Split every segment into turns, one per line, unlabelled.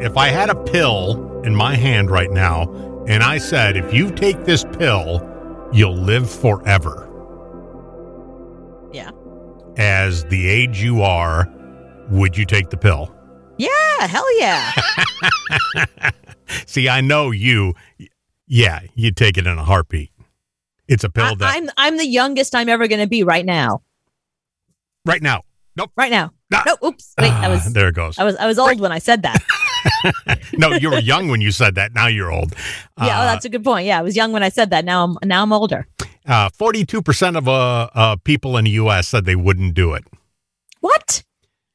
if I had a pill in my hand right now and I said, if you take this pill, you'll live forever
Yeah.
as the age you are, would you take the pill?
Yeah. Hell yeah.
See, I know you. Yeah, you take it in a heartbeat. It's a pill
I,
that
I'm I'm the youngest I'm ever going to be right now.
right now.
Right now.
Ah.
No. Oops. Wait. I
Ah,
was.
there it goes.
I was I was old when I said that.
no, you were young when you said that. Now you're old.
Yeah, oh,
Ah.
that's a good point. Yeah, I was young when I said that. Now I'm now I'm older.
Uh, Forty-two percent of uh, uh, people in the U.S. said they wouldn't do it.
What?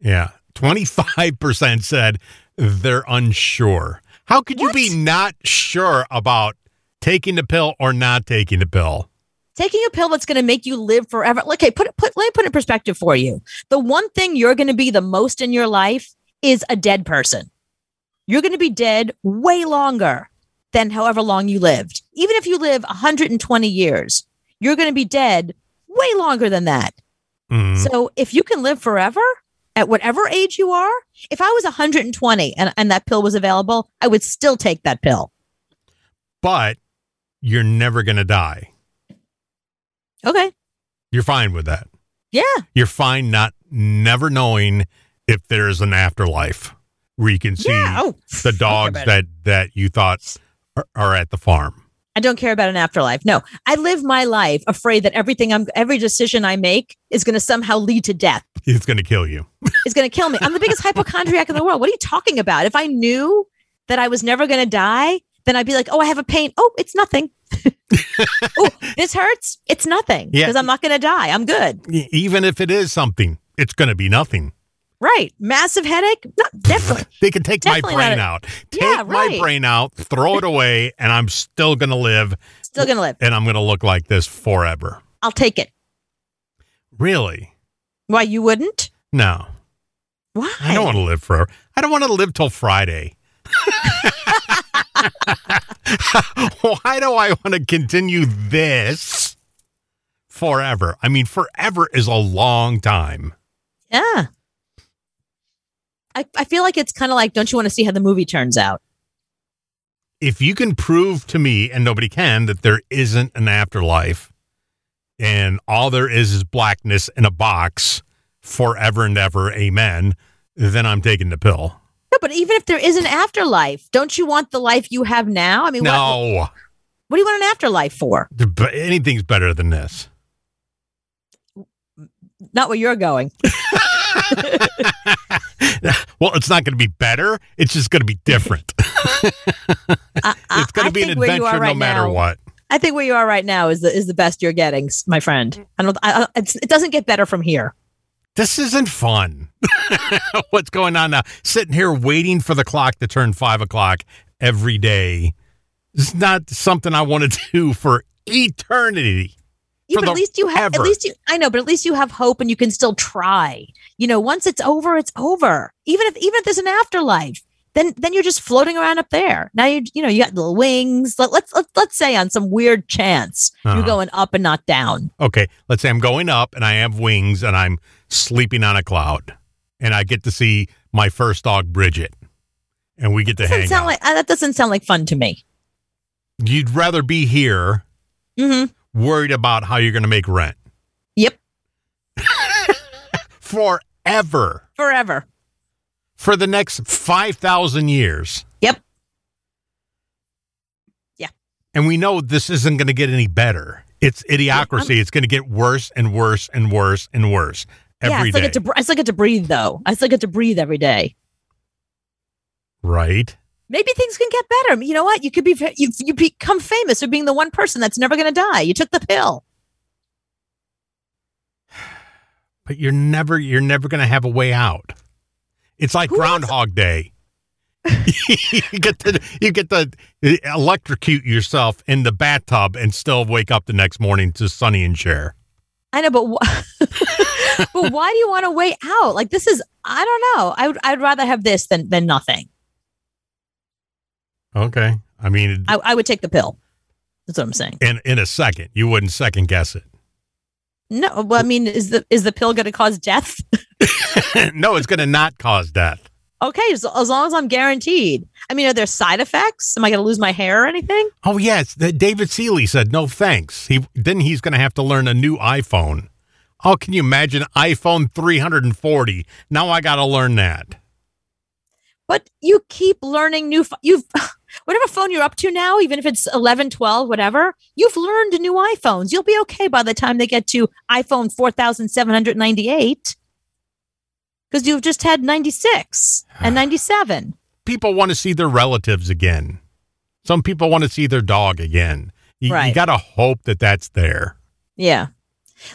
Yeah, twenty-five percent said they're unsure. How could you be
What?
not sure about taking the pill or not taking the pill?
Taking a pill that's going to make you live forever. Okay, put it put let me put it in perspective for you. The one thing you're going to be the most in your life is a dead person. You're going to be dead way longer than however long you lived. Even if you live 120 years, you're going to be dead way longer than that.
Mm.
So if you can live forever at whatever age you are, if I was 120 and, and that pill was available, I would still take that pill.
but you're never gonna die.
Okay.
You're fine with that.
Yeah.
You're fine not never knowing if there's an afterlife where you can see
yeah. Oh,
the dogs
about it.
that that you thought are, are at the farm.
I don't care about an afterlife. No, I live my life afraid that everything I'm, every decision I make is going to somehow lead to death.
It's gonna kill you.
It's going to kill me. I'm the biggest hypochondriac in the world. What are you talking about? If I knew that I was never going to die, then I'd be like, oh, I have a pain. Oh, it's nothing. oh, this hurts. It's nothing
Yeah.
because I'm not going to die. I'm good.
E- Even if it is something, it's gonna be nothing.
Right. Massive headache? Not definitely.
They can take
Definitely
my brain
not
out. Take
Yeah,
my
right.
brain out, throw it away, and I'm still gonna live
Still going to live.
and I'm gonna look like this forever.
I'll take it.
Really?
Why you wouldn't?
No.
Why?
I don't want to live forever. I don't want to live till Friday. Why do I want to continue this forever? I mean, forever is a long time.
Yeah. I, I feel like it's kind of like, don't you want to see how the movie turns out?
If you can prove to me, and nobody can, that there isn't an afterlife and all there is is blackness in a box forever and ever, amen, then I'm taking the pill.
No, but even if there is an afterlife, don't you want the life you have now? I mean, what,
No,
what do you want an afterlife for?
but anything's better than this.
Not where you're going.
well, it's not going to be better. It's just going to be different.
I, I,
it's going
I
to be an
think where you
adventure
are right
no matter
now,
what.
I think where you are right now is the is the best you're getting, s- my friend. I don't. I, I, it's, it doesn't get better from here.
This isn't fun. What's going on now? Sitting here waiting for the clock to turn five o'clock every day. It's not something I want to do for eternity.
Yeah,
for
but
the
at least you have.
ever.
At least you. I know, but at least you have hope, and you can still try. You know, once it's over, it's over. Even if even if there's an afterlife, then then you're just floating around up there. Now you you know you got little wings. Let, let's let's let's say on some weird chance
Uh-huh.
you're going up and not down.
Okay, let's say I'm going up and I have wings and I'm sleeping on a cloud and I get to see my first dog, Bridget, and we get to
Doesn't
hang out.
sound like uh, that doesn't sound like fun to me.
You'd rather be here
hmm
worried about how you're going to make rent
Yep,
forever
forever.
for the next 5,000 years.
Yep. Yeah.
And we know this isn't going to get any better. It's idiocracy. it's going to get worse and worse and worse and worse
yeah, I
every
still
day.
get to br- I still get to breathe though. I still get to breathe every day.
right?
Maybe things can get better. You know what? You could be fa- you you become famous for being the one person that's never going to die. You took the pill.
But you're never you're never going to have a way out. It's like
Who wants-
Groundhog Day. you get to you get to electrocute yourself in the bathtub and still wake up the next morning to Sunny and Cher.
I know, but wh- but why do you want to wait out? Like this is I don't know. I would I'd rather have this than than nothing.
Okay. I mean, it-
I, I would take the pill. That's what I'm saying.
in in a second. You wouldn't second guess
No, well, I mean, is the is the pill going to cause death?
it. no, it's going to not cause death.
Okay, so as long as I'm guaranteed. I mean, are there side effects? Am I going to lose my hair or anything?
Oh yes, that David Seeley said no thanks. He then he's going to have to learn a new iPhone. Oh, can you imagine iPhone 340? Now I got to learn that.
But you keep learning new. ph- You've whatever phone you're up to now, even if it's 11, 12, whatever, you've learned new iPhones. You'll be okay by the time they get to iPhone 4798 because you've just had 96 and 97.
People want to see their relatives again. Some people want to see their dog again. You, you
Right.
got to hope that that's there.
Yeah.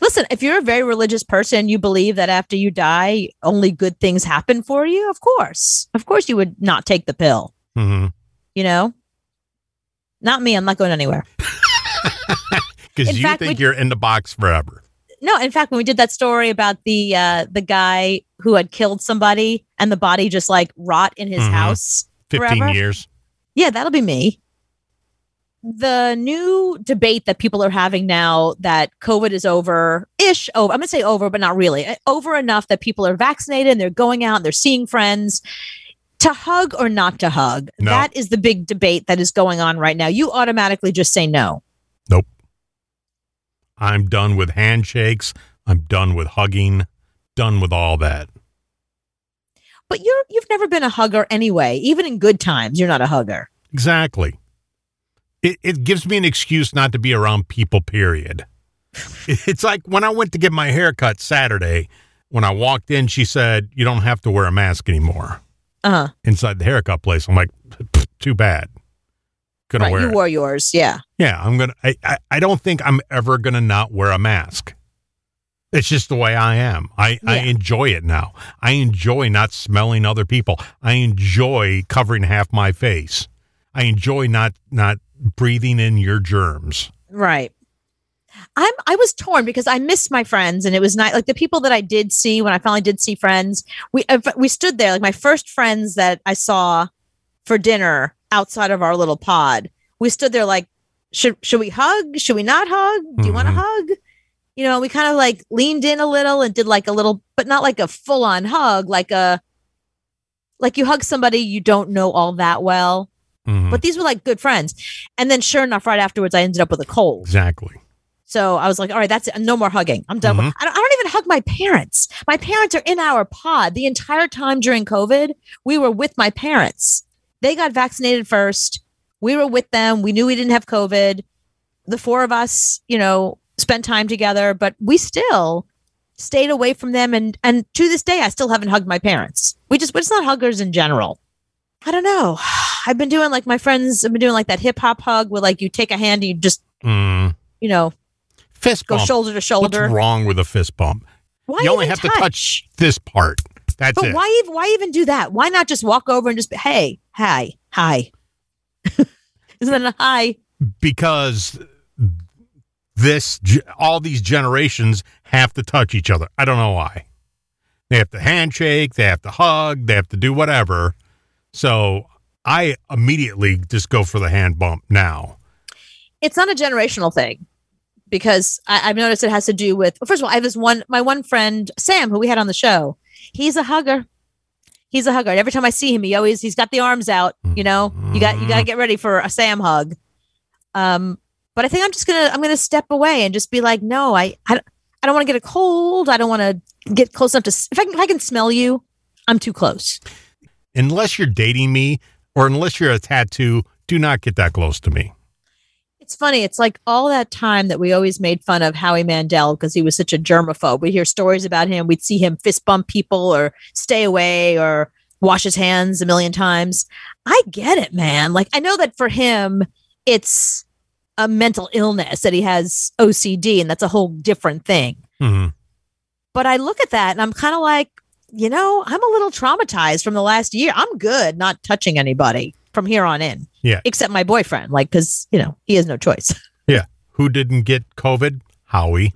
Listen, if you're a very religious person, you believe that after you die, only good things happen for you. Of course. Of course, you would not take the pill,
Because
you know? Not me. I'm not going anywhere. In
you
fact,
think
we-
you're in the box forever.
No, in fact, when we did that story about the uh, the guy who had killed somebody and the body just like rot in his
Mhm.
house,
15
Forever?
years.
Yeah, that'll be me. The new debate that people are having now that COVID is over ish over, I'm going to say over, but not really eh, over enough that people are vaccinated and they're going out and they're seeing friends. To hug or not to hug?
No.
That is the big debate that is going on right now. You automatically just say no.
I'm done with handshakes. I'm done with hugging. Done with all that.
But you're you've never been a hugger anyway. Even in good times, you're not a hugger.
Exactly. It, it gives me an excuse not to be around people, period. It's like when I went to get my hair cut Saturday, when I walked in, she said, You don't have to wear a mask anymore
Uh
inside the haircut place. I'm like, "Pff, Too bad.
huh.
Gonna wear
You
it.
wore yours, yeah.
Yeah, I'm gonna. I, I I don't think I'm ever gonna not wear a mask. It's just the way I am. I I
Yeah.
enjoy it now. I enjoy not smelling other people. I enjoy covering half my face. I enjoy not not breathing in your germs.
Right. I'm I was torn because I missed my friends and it was not like the people that I did see when I finally did see friends. We uh, we stood there like my first friends that I saw for dinner outside of our little pod. We stood there like should should we hug? Should we not hug? Do you want to
Mhm.
hug? You know, we kind of like leaned in a little and did like a little but not like a full on hug, like a like you hug somebody you don't know all that well.
Mhm.
But these were like good friends. And then sure enough right afterwards I ended up with a cold.
exactly.
So I was like, all right, that's it. No more hugging. I'm done.
Mhm.
With- I, don't, I don't even hug my parents. My parents are in our pod the entire time during COVID. We were with my parents. They got vaccinated first. We were with them. We knew we didn't have COVID. The four of us, you know, spent time together, but we still stayed away from them. And and to this day, I still haven't hugged my parents. We just, we're just not huggers in general. I don't know. I've been doing like my friends have been doing like that hip hop hug where like you take a hand and you just,
Mm.
you know,
Fist
go
bump.
shoulder to
What's
shoulder.
wrong with a fist bump?
Why
you only
even
have to touch this part. That's
But
it.
why even why even do that? Why not just walk over and just be, hey, hi, hi. Isn't that a hi?
because this ge- all these generations have to touch each other. I don't know why. They have to handshake, they have to hug, they have to do whatever. So I immediately just go for the hand bump now.
It's not a generational thing because I, I've noticed it has to do with first of all, I have this one my one friend Sam who we had on the show. He's a hugger. He's a hugger. And every time I see him, he always he's got the arms out. You know, you got you got to get ready for a Sam hug. Um, but I think I'm just gonna I'm gonna step away and just be like, no, I I, don't- I don't want to get a cold. I don't want to get close enough to. s- If I can, if I can smell you, I'm too close.
Unless you're dating me or unless you're a tattoo, do not get that close to me.
It's funny. It's like all that time that we always made fun of Howie Mandel because he was such a germaphobe. We'd hear stories about him. We'd see him fist bump people or stay away or wash his hands a million times. I get it, man. Like, I know that for him, it's a mental illness that he has OCD, and that's a whole different thing.
Mhm.
But I look at that and I'm kind of like, you know, I'm a little traumatized from the last year. I'm good not touching anybody from here on in.
Yeah.
Except my boyfriend, like, because, you know, he has no choice.
Who didn't get COVID? Howie.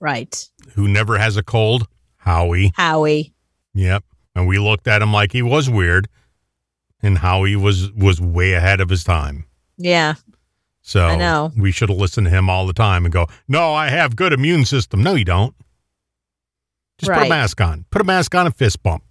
Right.
Who never has a cold? Howie.
Howie.
Yep. And we looked at him like he was weird and how he was was way ahead of his time.
Yeah.
So
I know.
we should have listened to him all the time and go, "No, I have good immune system." No, you don't. Just put a
Right.
mask on. Put a mask on and fist bump.